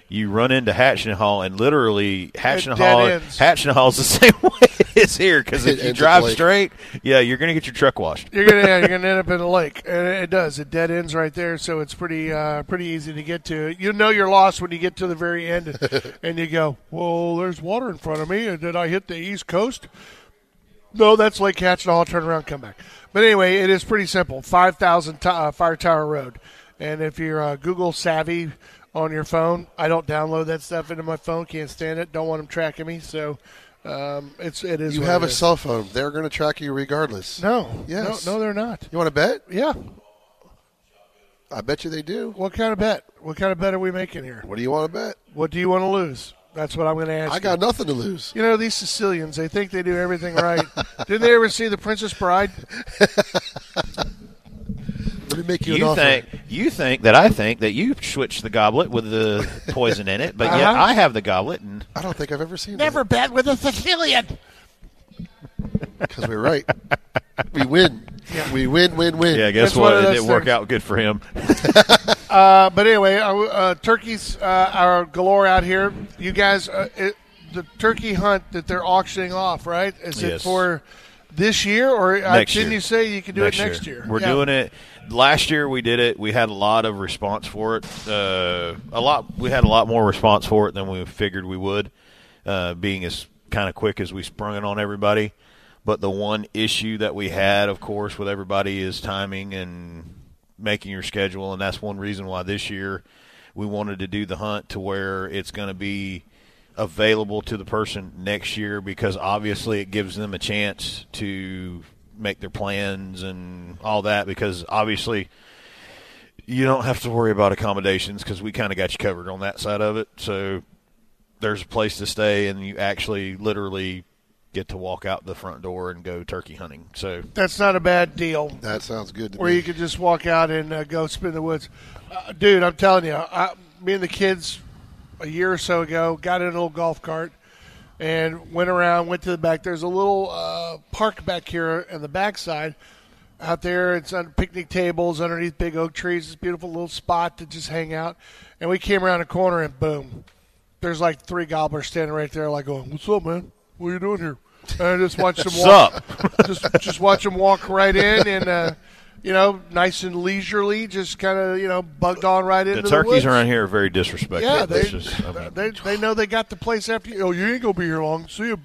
C: you run into Hatchin Hall, and literally Hatchin Hall,
B: dead ends.
C: Hatchin Hall's the same way it's here because
D: It
C: if you
D: ends
C: drive
D: at Blake.
C: straight, yeah, you're gonna get your truck washed.
B: You're gonna yeah, you're gonna end up in a lake, and it does. It dead ends right there, so it's pretty uh, pretty easy to get to. You know you're lost when you get to the very end, and, and you go, "Well, there's water in front of me. and Did I hit the east coast?" No, that's Lake Hatchinall. Turn around, come back. But anyway, it is pretty simple. Five thousand t- uh, Fire Tower Road, and if you're uh, Google savvy on your phone, I don't download that stuff into my phone. Can't stand it. Don't want them tracking me. So um, it's it is.
D: You
B: what
D: have
B: it
D: a
B: is.
D: cell phone. They're going to track you regardless.
B: No.
D: Yes.
B: No, no, they're not.
D: You want to bet?
B: Yeah.
D: I bet you they do.
B: What kind of bet? What kind of bet are we making here?
D: What do you want to bet?
B: What do you want to lose? That's what I'm going to ask.
D: I got nothing to lose.
B: You. you know these Sicilians. They think they do everything right. Didn't they ever see The Princess Bride?
D: Let me make you, an
C: You
D: offer.
C: think you think that I think that you switched the goblet with the poison in it, but yet
B: Uh-huh.
C: I have the goblet, and
D: I don't think I've ever seen
B: Never bet with a Sicilian.
D: because we're right. we win. We win, win, win.
C: yeah, guess
B: It's one
C: what?
B: of
C: It
B: those
C: didn't work
B: things.
C: out good for him.
B: Uh, but anyway, uh, uh, turkeys uh, are galore out here. You guys, uh, it, the turkey hunt that they're auctioning off, right? Is it
C: Yes.
B: for this year or uh,
C: Next
B: didn't
C: year.
B: you say you can do it next year?
C: We're doing it. Last year we did it. We had a lot of response for it. Uh, a lot. We had a lot more response for it than we figured we would, uh, being as kind of quick as we sprung it on everybody. But the one issue that we had, of course, with everybody is timing and making your schedule, and that's one reason why this year we wanted to do the hunt to where it's going to be available to the person next year because obviously it gives them a chance to make their plans and all that because obviously you don't have to worry about accommodations because we kind of got you covered on that side of it so there's a place to stay and you actually literally get to walk out the front door and go turkey hunting so
B: That's not a bad deal.
D: That sounds good to
B: where
D: me.
B: you could just walk out and uh, go spin the woods. Uh, dude, I'm telling you, I, me and the kids a year or so ago got in a little golf cart and went around, went to the back. There's a little uh, park back here in the backside. Out there, it's under picnic tables underneath big oak trees. It's a beautiful little spot to just hang out. And we came around a corner and boom, there's like three gobblers standing right there, like going, "What's up, man? What are you doing here?" And I just watched them walk. just just watch them walk right in and. Uh, you know, nice and leisurely, just kind of you know, bugged on right into
C: the
B: the
C: turkeys
B: woods.
C: around here are very disrespectful
B: Yeah, they,
C: It's just- I mean-
B: they they know they got the place after you. Oh, you ain't gonna be here long. See you.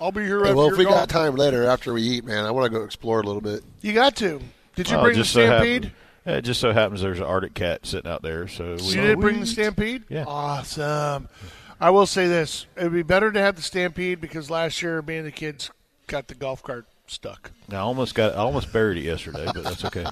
B: I'll be here
D: Hey,
B: after
D: well,
B: you're
D: if we
B: gone.
D: got time later after we eat, man, I want to go explore a little bit.
B: You got to. Did you
C: Oh,
B: bring the
C: just so happen-
B: stampede?
C: Yeah, it just so happens there's an Arctic cat sitting out there. So we,
B: you did bring the stampede.
C: Yeah.
B: Awesome. I will say this: it would be better to have the Stampede because last year me and the kids got the golf cart stuck.
C: I almost got, I almost buried it yesterday, but that's okay.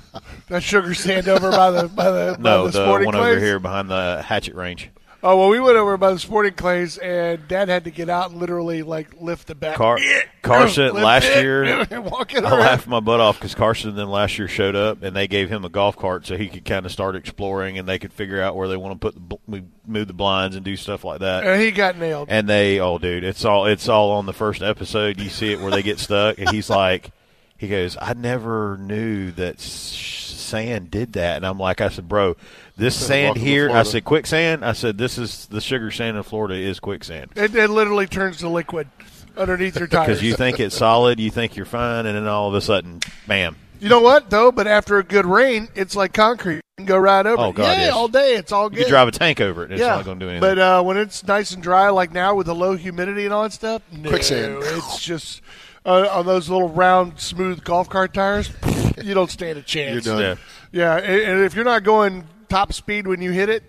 B: That sugar sand over by the by the by
C: no,
B: the
C: the
B: sporting
C: one
B: clays.
C: over here behind the hatchet range.
B: Oh well, we went over by the sporting clays, and Dad had to get out and literally like lift the back.
C: Car, Carson
B: Lift
C: last
B: it,
C: year,
B: walking
C: I
B: around.
C: laughed my butt off because Carson and them last year showed up and they gave him a golf cart so he could kind of start exploring and they could figure out where they want to put the bl- move- move the blinds and do stuff like that.
B: And he got nailed.
C: And they, oh dude, it's all it's all on the first episode. You see it where they get stuck and he's like, he goes, I never knew that sh- sand did that. And I'm like, I said, bro, this sand
D: welcome to
C: here, I
D: Florida.
C: said quicksand. I said this is the sugar sand in Florida is quicksand.
B: It, it literally turns to liquid underneath your tires.
C: Because you think it's solid, you think you're fine, and then all of a sudden, bam,
B: You know what though? But after a good rain, it's like concrete. You can go right over.
C: Oh,
B: it.
C: God,
B: yeah,
C: yes.
B: all day. It's all good.
C: you drive a tank over it. And
B: yeah,
C: It's not going to do anything.
B: But uh, when it's nice and dry, like now with the low humidity and all that stuff, no,
D: Quicksand.
B: It's just uh, on those little round, smooth golf cart tires. you don't stand a chance.
D: You're done.
C: Yeah.
B: Yeah, and, and if you're not going top speed when you hit it,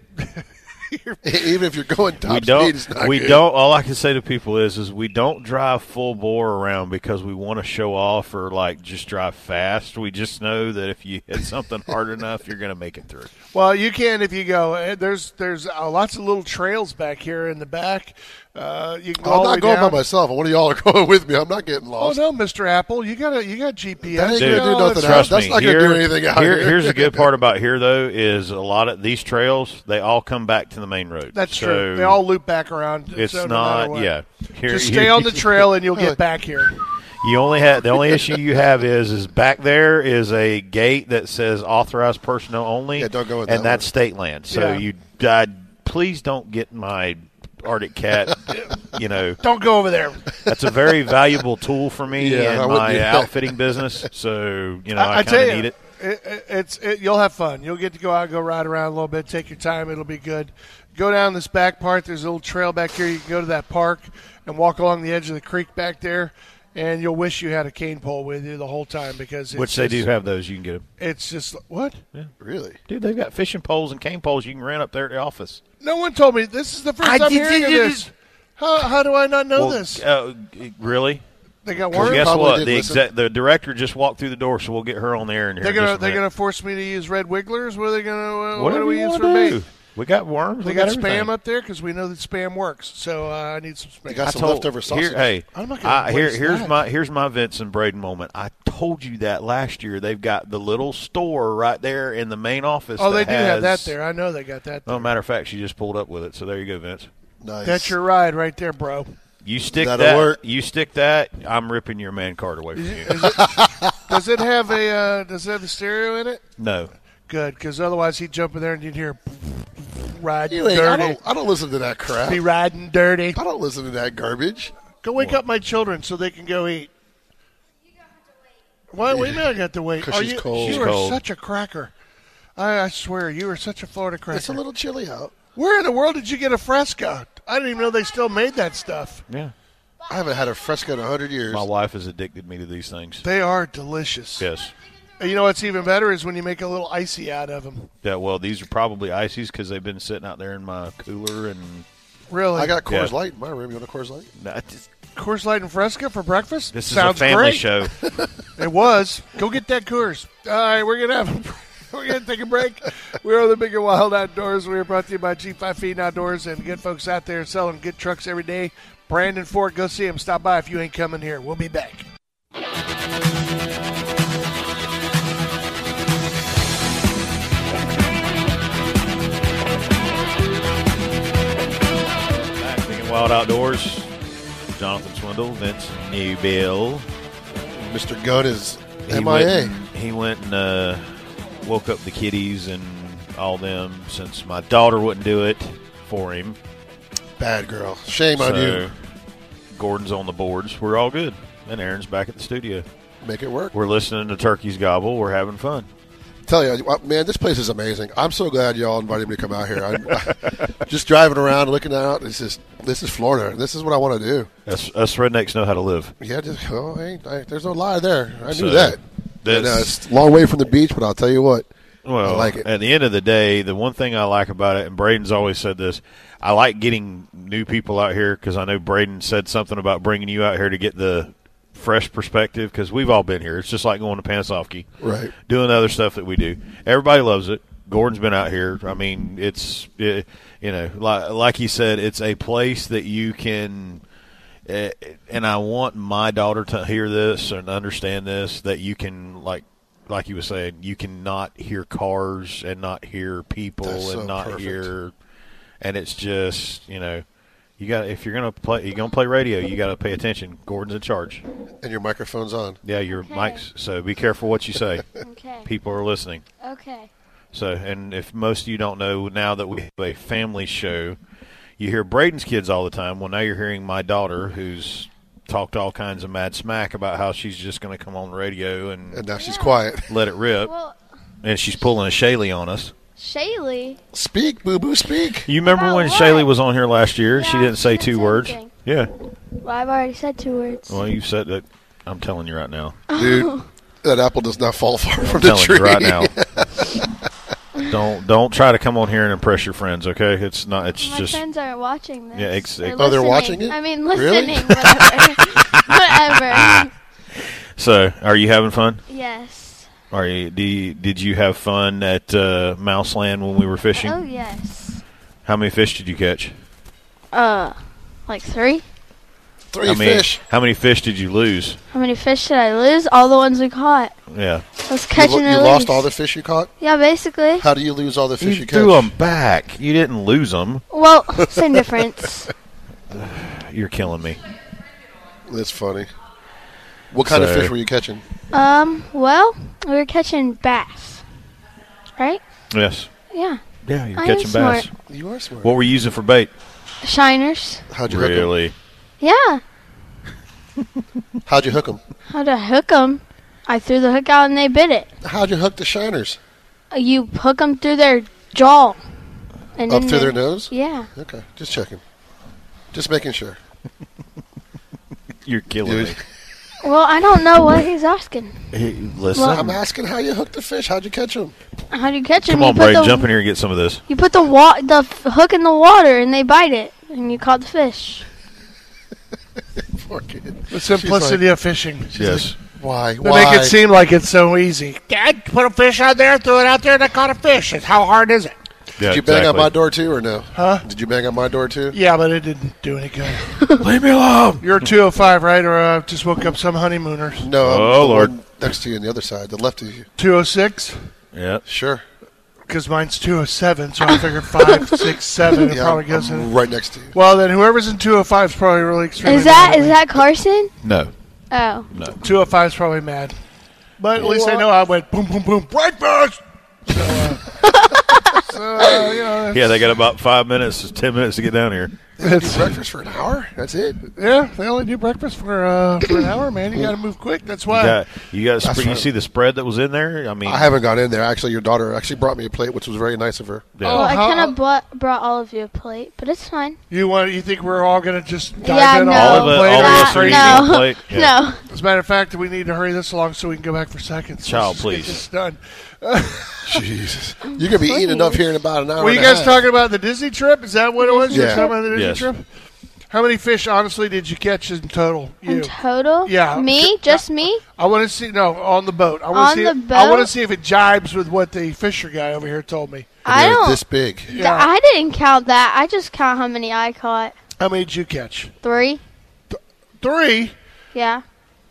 B: you're-
D: Even if you're going top
C: we
D: speed, it's
C: don't.
D: not
C: We
D: good.
C: don't. All I can say to people is, is we don't drive full bore around because we want to show off or like just drive fast. We just know that if you hit something hard enough, you're going to make it through.
B: well, you can if you go. Eh, There's there's uh, lots of little trails back here in the back. Uh, you can go all
D: I'm
B: the
D: not
B: way
D: going
B: down.
D: by myself. One of y'all are going with me. I'm not getting
B: Oh
D: lost.
B: no, Mister Apple, you got a you got GPS.
D: That ain't
B: you
D: gonna
B: got
D: do
B: all
D: nothing
B: that stuff.
D: else.
C: Trust
D: That's
C: me.
D: not gonna
C: here,
D: do anything out
C: here-
D: here.
C: Here's the good part about here though is a lot of these trails they all come back to the main road.
B: That's
C: So
B: true. They all loop back around.
C: It's
B: so no matter
C: not.
B: what.
C: yeah. Here,
B: Just
C: you-
B: stay on the trail and you'll get back here.
C: You only have the only issue you have is is back there is a gate that says authorized personnel only.
D: Yeah, don't go with
C: and
D: that
C: that's
D: one.
C: state land. So
B: Yeah.
C: you died. Please don't get my Arctic cat. you know
B: Don't go over there.
C: that's a very valuable tool for me
D: Yeah, I
C: in
D: wouldn't do
C: my
D: that.
C: outfitting business. So you know I,
B: I, I tell
C: kind
B: you,
C: of need it.
B: it- it- it's it, you'll have fun. You'll get to go out, go ride around a little bit, take your time. It'll be good. Go down this back part. There's a little trail back here. You can go to that park and walk along the edge of the creek back there, and you'll wish you had a cane pole with you the whole time because it's
C: Which they do
B: just-
C: have those. You can get them.
B: It's just what
D: Really?
C: Dude, they've got fishing poles and cane poles you can rent up there at the office.
B: no one told me. This is the first
C: I
B: time
C: did-
B: hearing of
C: did-
B: this. How, how do I not know
C: Well,
B: this?
C: uh, really?
B: They got
D: Well,
B: worms.
C: Guess
D: probably
C: what?
D: did
C: The
D: listen.
C: exec- the director just walked through the door, so we'll get her on the air. In here
B: They're
C: in just
B: gonna
C: a
B: they're
C: minute.
B: gonna force me to use red wigglers. What are they gonna? Uh, what
C: Whatever
B: do we
C: you
B: use
C: wanna
B: for
C: do.
B: bait?
C: We got worms.
B: They
C: we
B: got,
C: everything.
B: spam up there because we know that spam works. So uh, I need some spam.
D: They got
C: I
D: some
C: told-
D: leftover sausage.
C: here, hey,
B: I'm not gonna
C: I, here,
B: waste
C: here's
B: that.
C: my here's my Vince and Braden moment. I told you that last year. They've got the little store right there in the main office.
B: oh, they
C: that
B: do have that
C: has-
B: there. I know they got that. There.
C: Oh, matter of fact, she just pulled up with it. So there you go, Vince.
D: Nice.
B: That's your ride right there, bro.
C: You stick
D: That'll
C: that.
D: work.
C: You stick that. I'm ripping your man card away from you.
B: Does it have a uh, Does it have a stereo in it?
C: no,
B: Good, because otherwise he'd jump in there and you'd hear ride
D: You ain't- I
B: dirty,
D: don't. I don't listen to that crap.
B: be riding dirty.
D: I don't listen to that garbage.
B: Go wake up my children so they can go eat. Why we now got to wait?
D: 'Cause
B: Are
D: she's
B: you,
D: cold.
B: You
D: She's
B: are
C: cold.
B: such a cracker. I, I swear, you are such a Florida cracker.
D: It's a little chilly out.
B: Where in the world did you get a fresco? I didn't even know they still made that stuff.
C: yeah.
D: I haven't had a fresco in hundred years.
C: My wife has addicted me to these things.
B: They are delicious.
C: Yes.
B: And you know what's even better is when you make a little icy out of them.
C: Yeah. Well, these are probably ices because they've been sitting out there in my cooler and.
B: Really?
D: I got Coors
C: Yeah.
D: Light in my room. You want a Coors Light?
C: No, I just-
B: Coors Light and Fresca for breakfast.
C: This
B: Sounds
C: is a family
B: great.
C: show.
B: It was. Go get that Coors. All right, we're gonna have. We're going to take a break. We are the Big and Wild Outdoors. We are brought to you by G5 Feed Outdoors and good folks out there selling good trucks every day. Brandon Ford, go see him. Stop by if you ain't coming here. We'll be back.
C: Back to Thinking Wild Outdoors. Jonathan Swindle, Vince Newbill.
D: Mr. Gunn is
C: He
D: MIA.
C: Went, he went and uh, woke up the kiddies and all them since my daughter wouldn't do it for him.
D: Bad girl. Shame on
C: So
D: you.
C: Gordon's on the boards. We're all good. And Aaron's back at the studio.
D: Make it work.
C: We're listening to Turkey's Gobble. We're having fun.
D: Tell you, uh, man, this place is amazing. I'm so glad y'all invited me to come out here. I'm just driving around, looking out. It's just this is Florida. This is what I want to do.
C: Us, us rednecks know how to live.
D: Yeah, just oh, ain't I, there's no lie there. I knew
C: So,
D: that.
C: that's-
D: And, uh, it's a long way from the beach, but I'll tell you what,
C: Well,
D: I like it.
C: at the end of the day, the one thing I like about it, and Braden's always said this, I like getting new people out here because I know Braden said something about bringing you out here to get the fresh perspective because we've all been here. It's just like going to Pansofsky,
D: Right.
C: Doing the other stuff that we do. Everybody loves it. Gordon's been out here. I mean, it's it, you know, like like he said, it's a place that you can. eh, And I want my daughter to hear this and understand this that you can like like you were saying, you cannot hear cars and not hear people
D: That's
C: and
D: so
C: not
D: perfect.
C: hear, and it's just you know, you got if you're gonna play, you're gonna play radio, you got to pay attention. Gordon's in charge.
D: And your microphone's on.
C: Yeah, your
E: Okay.
C: mics. So be careful what you say.
E: Okay.
C: People are listening.
E: Okay.
C: So, and if most of you don't know, now that we have a family show, you hear Braden's kids all the time. Well, now you're hearing my daughter, who's talked all kinds of mad smack about how she's just going to come on the radio and,
D: And now she's
E: Yeah.
D: quiet.
C: let it rip,
E: Well,
C: and she's pulling a Shaley on us.
E: Shaylee.
D: Speak, boo boo, speak.
C: You remember
E: About
C: when
E: what?
C: Shaley was on here last year?
E: Yeah,
C: she didn't
E: she
C: say
E: didn't
C: two
E: say
C: words.
E: anything.
C: Yeah.
E: Well, I've already said two words.
C: Well, you said that. I'm telling you right now.
D: Dude, that apple does not fall far from the
C: telling
D: tree.
C: you right now. don't don't try to come on here and impress your friends. Okay, it's not. It's
E: My
C: just
E: friends aren't watching this.
C: Yeah, ex-
E: They're
D: Oh, they're
E: listening.
D: watching it?
E: I mean,
D: Really?
E: listening. Whatever. whatever.
C: so. Are you having fun?
E: Yes.
C: Are you, do you, did you have fun at uh, Mouseland when we were fishing?
E: Oh yes.
C: How many fish did you catch?
E: Uh, like three.
D: Three
C: I mean,
D: fish.
C: how many fish did you lose?
E: How many fish did I lose? All the ones we caught.
C: Yeah,
E: I was
D: You,
E: catching
D: lo- you
E: and
D: lost
E: release.
D: all the fish you caught?
E: Yeah, basically.
D: How do you lose all the fish you,
C: you
D: catch?
C: threw them back. You didn't lose them.
E: Well, same difference.
C: You're killing me.
D: That's funny. What kind of
C: So-
D: fish were you catching?
E: Um, well, we were catching bass, right?
C: Yes.
E: Yeah,
C: Yeah, you're
E: I am
C: catching bass.
E: smart.
D: You are smart.
C: What were you using for bait?
E: shiners.
D: How'd you hook
C: Really?
E: Yeah,
D: them? How'd you hook them?
E: how to hook them? I threw the hook out and they bit it.
D: How'd you hook the shiners?
E: Uh, You hook them through their jaw. And
D: Up
E: then
D: through
E: they-
D: their nose?
E: Yeah.
D: Okay, just checking. Just making sure.
C: You're killing
D: Dude.
C: me.
E: Well, I don't know what he's asking.
C: Hey, listen.
E: Well,
D: I'm asking how you hooked the fish. How'd you catch them?
E: How do you catch them?
C: Come
E: you
C: on,
E: put
C: Braden,
E: the,
C: jump in here and get some of this.
E: You put the wa- the f- hook in the water and they bite it, and you caught the fish.
D: Poor kid.
B: The
D: She's
B: simplicity
D: like,
B: of fishing.
C: Yes.
D: why?
B: They
D: Why?
B: make it seem like it's so easy.
F: Dad put a fish out there, threw it out there, and I caught a fish. It's how hard is it?
C: yeah,
D: Did you bang on
C: exactly.
D: my door too, or no?
B: Huh?
D: Did you bang on my door too?
B: Yeah, but it didn't do any good.
C: Leave me alone.
B: You're 205, right? Or uh, just woke up some honeymooners.
D: No. I'm
C: Oh,
D: the
C: Lord.
D: one Next to you on the other side, the left of you.
B: 206?
C: Yeah.
D: Sure.
B: Because mine's 207, so I figured 5, 6, 7. It
D: Yeah,
B: probably
D: I'm-
B: goes
D: I'm
B: in.
D: right next to you.
B: Well, then whoever's in 205 is probably really extremely
E: Is that
B: mad at
E: is
B: me.
E: that Carson?
C: No.
E: Oh,
C: No.
B: 205 is probably mad. But at least I know I went boom, boom, boom, breakfast! So, uh, so, you know,
C: Yeah, they got about five minutes, ten minutes to get down here.
B: it's,
D: Breakfast for an hour? That's it.
B: yeah, they only do breakfast for uh, for an hour, man. You got to move quick. That's why.
C: Yeah, you got.
D: That's
C: Sp- you
D: right.
C: see the spread that was in there. I mean,
D: I haven't gone in there. Actually, your daughter actually brought me a plate, which was very nice of her.
C: yeah.
E: well, I
B: how-
E: kind of bl- brought all of you a plate, but it's fine.
B: You want? You think we're all going to just dive
E: Yeah,
B: in
E: no.
B: all
C: all
B: over the
C: of, it,
B: plate?
C: all of
E: Uh,
C: us are eating
E: no.
C: on the plate. Yeah.
E: No.
B: As a matter of fact, we need to hurry this along so we can go back for seconds.
C: Child,
B: Let's just get
C: please.
B: this done.
D: Jesus, you're gonna be eating enough here in about an hour.
B: Were you
D: and a
B: guys
D: half.
B: talking about the Disney trip? Is that what it was? You were
D: Yeah.
B: talking about the Disney
C: Yes.
B: trip? How many fish, honestly, did you catch in total?
E: In
B: You.
E: total?
B: Yeah.
E: Me? Just me?
B: I want to see. No, on the boat. I want
E: On
B: to see.
E: the
B: if- I want to
E: boat?
B: see if it jibes with what the fisher guy over here told me.
E: I
D: They're
E: don't.
D: This big.
E: th- I didn't count that. I just count how many I caught.
B: How many did you catch?
E: Three?
B: Three.
E: Yeah.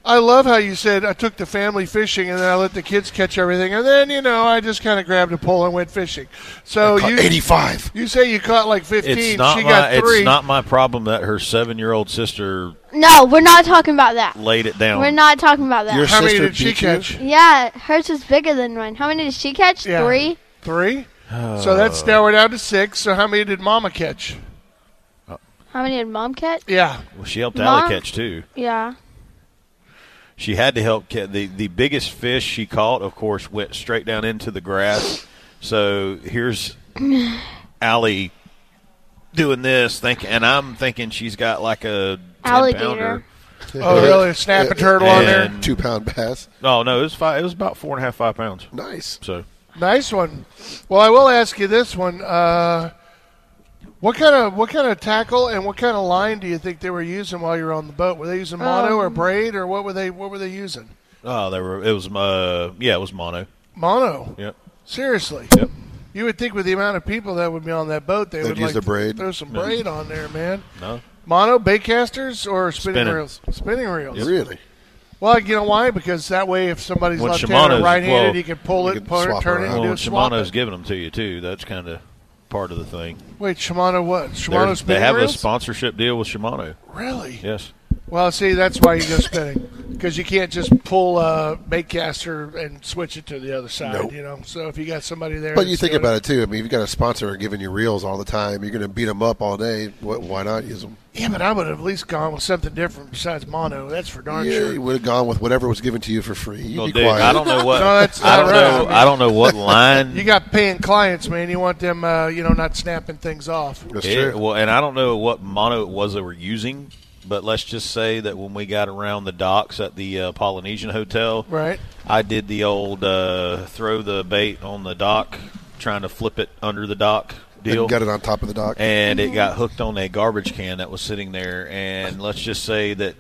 B: I love how you said I took the family fishing and then I let the kids catch everything, and then you know I just kind of grabbed a pole and went fishing. So
D: Caught
B: you
D: 85.
B: you say you caught like fifteen.
C: It's not
B: she
C: my.
B: got three.
C: It's not my problem that her seven-year-old sister
E: No, we're not talking about that.
C: laid it down.
E: We're not talking about that.
D: Your
B: How many
D: sister
B: did she
D: beat you?
B: catch?
E: yeah, hers was bigger than mine. How many did she catch?
B: Yeah.
E: Three?
B: Three.
D: Uh.
B: so that's now we're down to six. So how many did Mama catch?
E: How many did mom catch?
B: Yeah.
C: Well, she helped
E: Mom-
C: Allie catch too.
E: Yeah.
C: She had to help. Ca- the The biggest fish she caught, of course, went straight down into the grass. So here's Allie doing this, think, and I'm thinking she's got like a 10
E: Alligator.
C: pounder.
B: Oh really? Snap a turtle on there.
C: And-
D: Two pound bass.
C: Oh no, it was five. It was about four and a half, five pounds.
D: Nice.
C: So
B: Nice one. Well, I will ask you this one. Uh, what kind of what kind of tackle and what kind of line do you think they were using while you were on the boat? Were they using mono or braid or what were they what were they using?
C: Oh, they were. It was. Uh, yeah, it was mono.
B: Mono.
C: Yep.
B: Seriously.
C: Yep.
B: You would think with the amount of people that would be on that boat, they
D: They'd
B: would
D: use
B: like
D: the
B: to
D: braid.
B: throw some
C: Yeah.
B: braid on there, man.
C: No.
B: Mono baitcasters or spinning,
C: Spinning.
B: reels? Spinning reels.
D: Really?
B: Well, you know why? Because that way, if somebody's
C: When
B: left-handed
C: Shimano's-
B: or right-handed,
C: well,
B: he can pull it,
D: you can
B: pull it,
D: swap
B: turn it,
D: around.
B: and
C: Well,
B: do
C: when
B: a swap.
C: Oh, Shimano's giving them to you too. That's kind of part of the thing.
B: Wait, Shimano what?
C: They're-
B: Shimano
C: They
B: spinning
C: have
B: reels?
C: a sponsorship deal with Shimano.
B: Really?
C: Yes.
B: Well, see, that's why you go spinning because you can't just pull a bait caster and switch it to the other side.
D: Nope.
B: You know, so if you got somebody there,
D: But you
B: that's
D: think
B: doing
D: about it too. I mean, if you got a sponsor giving you reels all the time, you're going to beat them up all day. What, why not use them?
B: Yeah, but I would have at least gone with something different besides mono. That's for darn
D: yeah,
B: sure.
D: you would have gone with whatever was given to you for free. You'd
C: Well,
D: be
C: dude,
D: quiet.
C: I don't know what.
B: No, that's
C: I don't
B: not right.
C: know. I don't know what line.
B: You got paying clients, man. You want them, uh, you know, not snapping things off.
D: That's
C: Yeah,
D: true.
C: well, and I don't know what mono it was they were using, but let's just say that when we got around the docks at the uh, Polynesian Hotel,
B: Right.
C: I did the old uh, throw the bait on the dock, trying to flip it under the dock
D: And
C: deal,
D: got it on top of the dock.
C: and
B: Mm-hmm.
C: it got hooked on a garbage can that was sitting there. And let's just say that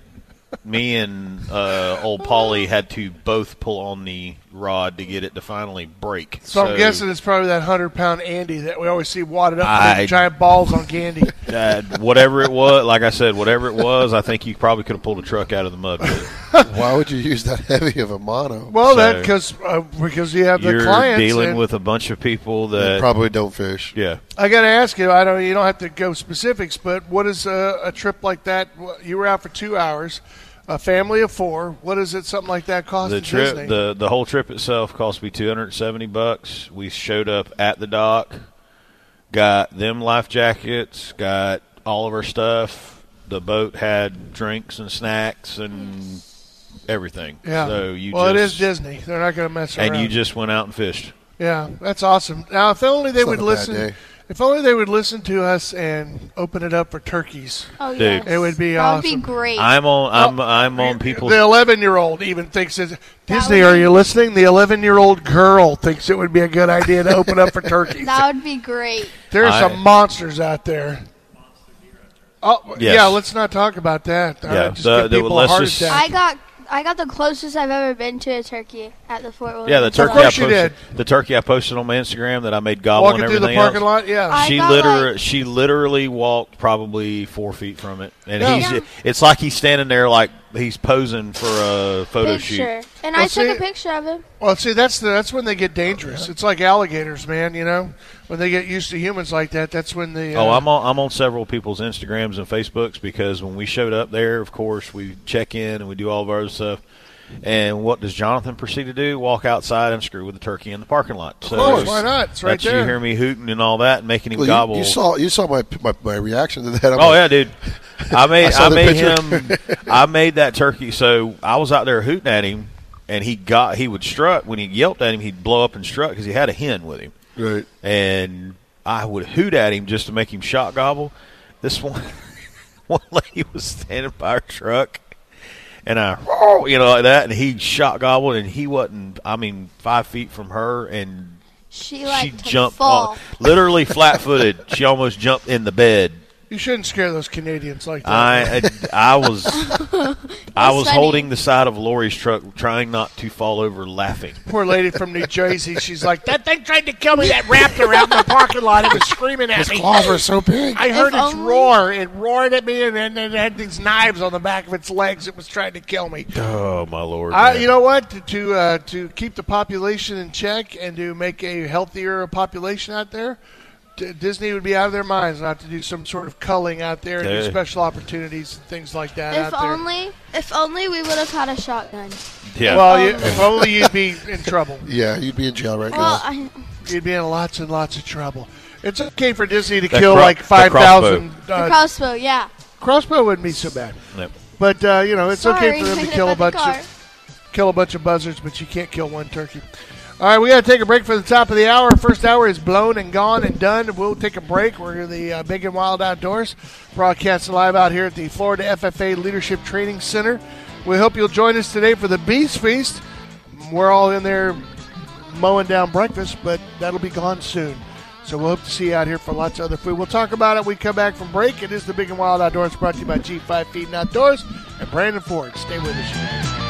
C: me and uh, old Polly had to both pull on the rod to get it to finally break.
B: So, I'm guessing it's probably that hundred pound Andy that we always see wadded up with
C: I-
B: big giant balls on candy.
C: Uh, whatever it was, like I said, whatever it was, I think you probably could have pulled a truck out of the mud. with it.
D: why would you use that heavy of a mono?
B: Well,
C: So-
B: that because uh, because you have the
C: You're
B: clients.
C: dealing
B: and
C: with a bunch of people
D: They
C: that,
D: probably don't fish.
C: Uh, yeah.
B: I got to ask you. I don't. You don't have to go specifics, but what is a, a trip like that? Wh- You were out for two hours. A family of four. What is it? Something like that cost
C: The
B: to
C: trip,
B: Disney?
C: the the whole trip itself cost me two hundred and seventy bucks. We showed up at the dock, got them life jackets, got all of our stuff. The boat had drinks and snacks and everything.
B: yeah.
C: So you
B: well,
C: just,
B: it is Disney. They're not going to mess around.
C: and you just went out and fished.
B: yeah, that's awesome. Now, if only they
D: It's not
B: would
D: a bad
B: listen.
D: day.
B: If only they would listen to us and open it up for turkeys.
E: Oh,
C: Dude.
E: yes.
B: It would be
E: that would
B: awesome.
E: be great.
C: I'm on. I'm I'm on people's
B: The 11 year old even thinks it's Disney.
E: would
B: Are
E: be-
B: you listening? The 11 year old girl thinks it would be a good idea to open up for turkeys.
E: that would be great.
B: There's
C: I-
B: some monsters out there. Oh
C: Yes.
B: yeah, let's not talk about that. All
C: Yeah,
B: right, just
C: the-
B: give
C: the-
B: people a
C: let's
B: heart
C: just-
B: attack.
E: I got I got the closest I've ever been to a turkey at the Fort William.
C: Yeah, the turkey.
B: course
C: I
B: you
C: posted, The turkey I posted on my Instagram that I made gobble
B: Walking
C: and
B: through
C: everything
B: the parking
C: else.
B: lot, yeah.
E: I
C: She
E: got,
C: literally,
E: like-
C: she literally walked probably four feet from it, and
B: Yeah.
C: he's.
E: Yeah.
C: It's like he's standing there, like he's posing for a photo
E: picture,
C: shoot.
E: and
B: Well,
E: I took
B: see-
E: a picture of him.
B: well, see, that's the, that's when they get dangerous. It's like alligators, man. You know, when they get used to humans like that, that's when the uh,
C: Oh, I'm on. I'm on several people's Instagrams and Facebooks because when we showed up there, of course, we check in and we do all of our other stuff. And what does Jonathan proceed to do? Walk outside and screw with the turkey in the parking lot. So
B: course, why not? It's right
C: that's- You
B: there.
C: hear me hooting and all that, and making him
D: Well, you-
C: gobble.
D: you, saw you saw my, my my reaction to that. I'm
C: Oh
D: like,
C: yeah, dude. I made
D: saw
C: I,
D: the
C: made
D: picture.
C: him I made that turkey. So I was out there hooting at him, and he got he would strut when he yelped at him. He'd blow up and strut because he had a hen with him,
D: Right.
C: and I would hoot at him just to make him shot gobble. This one one lady was standing by her truck. And I, roar, you know, like that, and he shot gobbled, and he wasn't. I mean, five feet from her, and
E: She liked
C: she
E: to
C: jumped,
E: fall.
C: on, literally flat-footed. she almost jumped in the bed.
B: You shouldn't scare those Canadians like that.
C: I uh, I was I was
E: funny.
C: holding the side of Lori's truck, trying not to fall over, laughing.
B: Poor lady from New Jersey. She's like that.
F: That thing tried to kill me, that raptor out in the parking lot. It was screaming at me.
D: Claws are so big.
B: I heard its
E: only-
B: roar. It roared at me, and then it had these knives on the back of its legs. It was trying to kill me.
C: Oh my lord!
B: I,
C: man.
B: you know what? To to, uh, to keep the population in check and to make a healthier population out there, D- Disney would be out of their minds not to do some sort of culling out there and do
C: Yeah.
B: special opportunities and things like that
E: If
B: out there.
E: only, if only we would have had a shotgun.
C: yeah.
B: well, you, if only you'd be in trouble.
D: Yeah, you'd be in jail right
E: Well,
D: now.
E: I,
B: You'd be in lots and lots of trouble. It's okay for Disney to
C: That
B: kill
C: cro-
B: like
C: that
B: five thousand.
C: crossbow.
E: the
B: Uh,
E: crossbow. Yeah.
B: crossbow wouldn't be so bad,
C: Yep.
B: but uh, you know it's
E: Sorry,
B: okay for them
E: hit
B: to
E: it
B: kill
E: by
B: a
E: the
B: bunch
E: car.
B: of kill a bunch of buzzards, but you can't kill one turkey. All right, we got to take a break for the top of the hour. First hour is blown and gone and done. We'll take a break. We're in the uh, Big and Wild Outdoors, broadcasting live out here at the Florida FFA Leadership Training Center. We hope you'll join us today for the Beast Feast. We're all in there mowing down breakfast, but that'll be gone soon. So we'll hope to see you out here for lots of other food. We'll talk about it when we come back from break. It is the Big and Wild Outdoors brought to you by G5 Feeding Outdoors and Brandon Ford. Stay with us. you guys.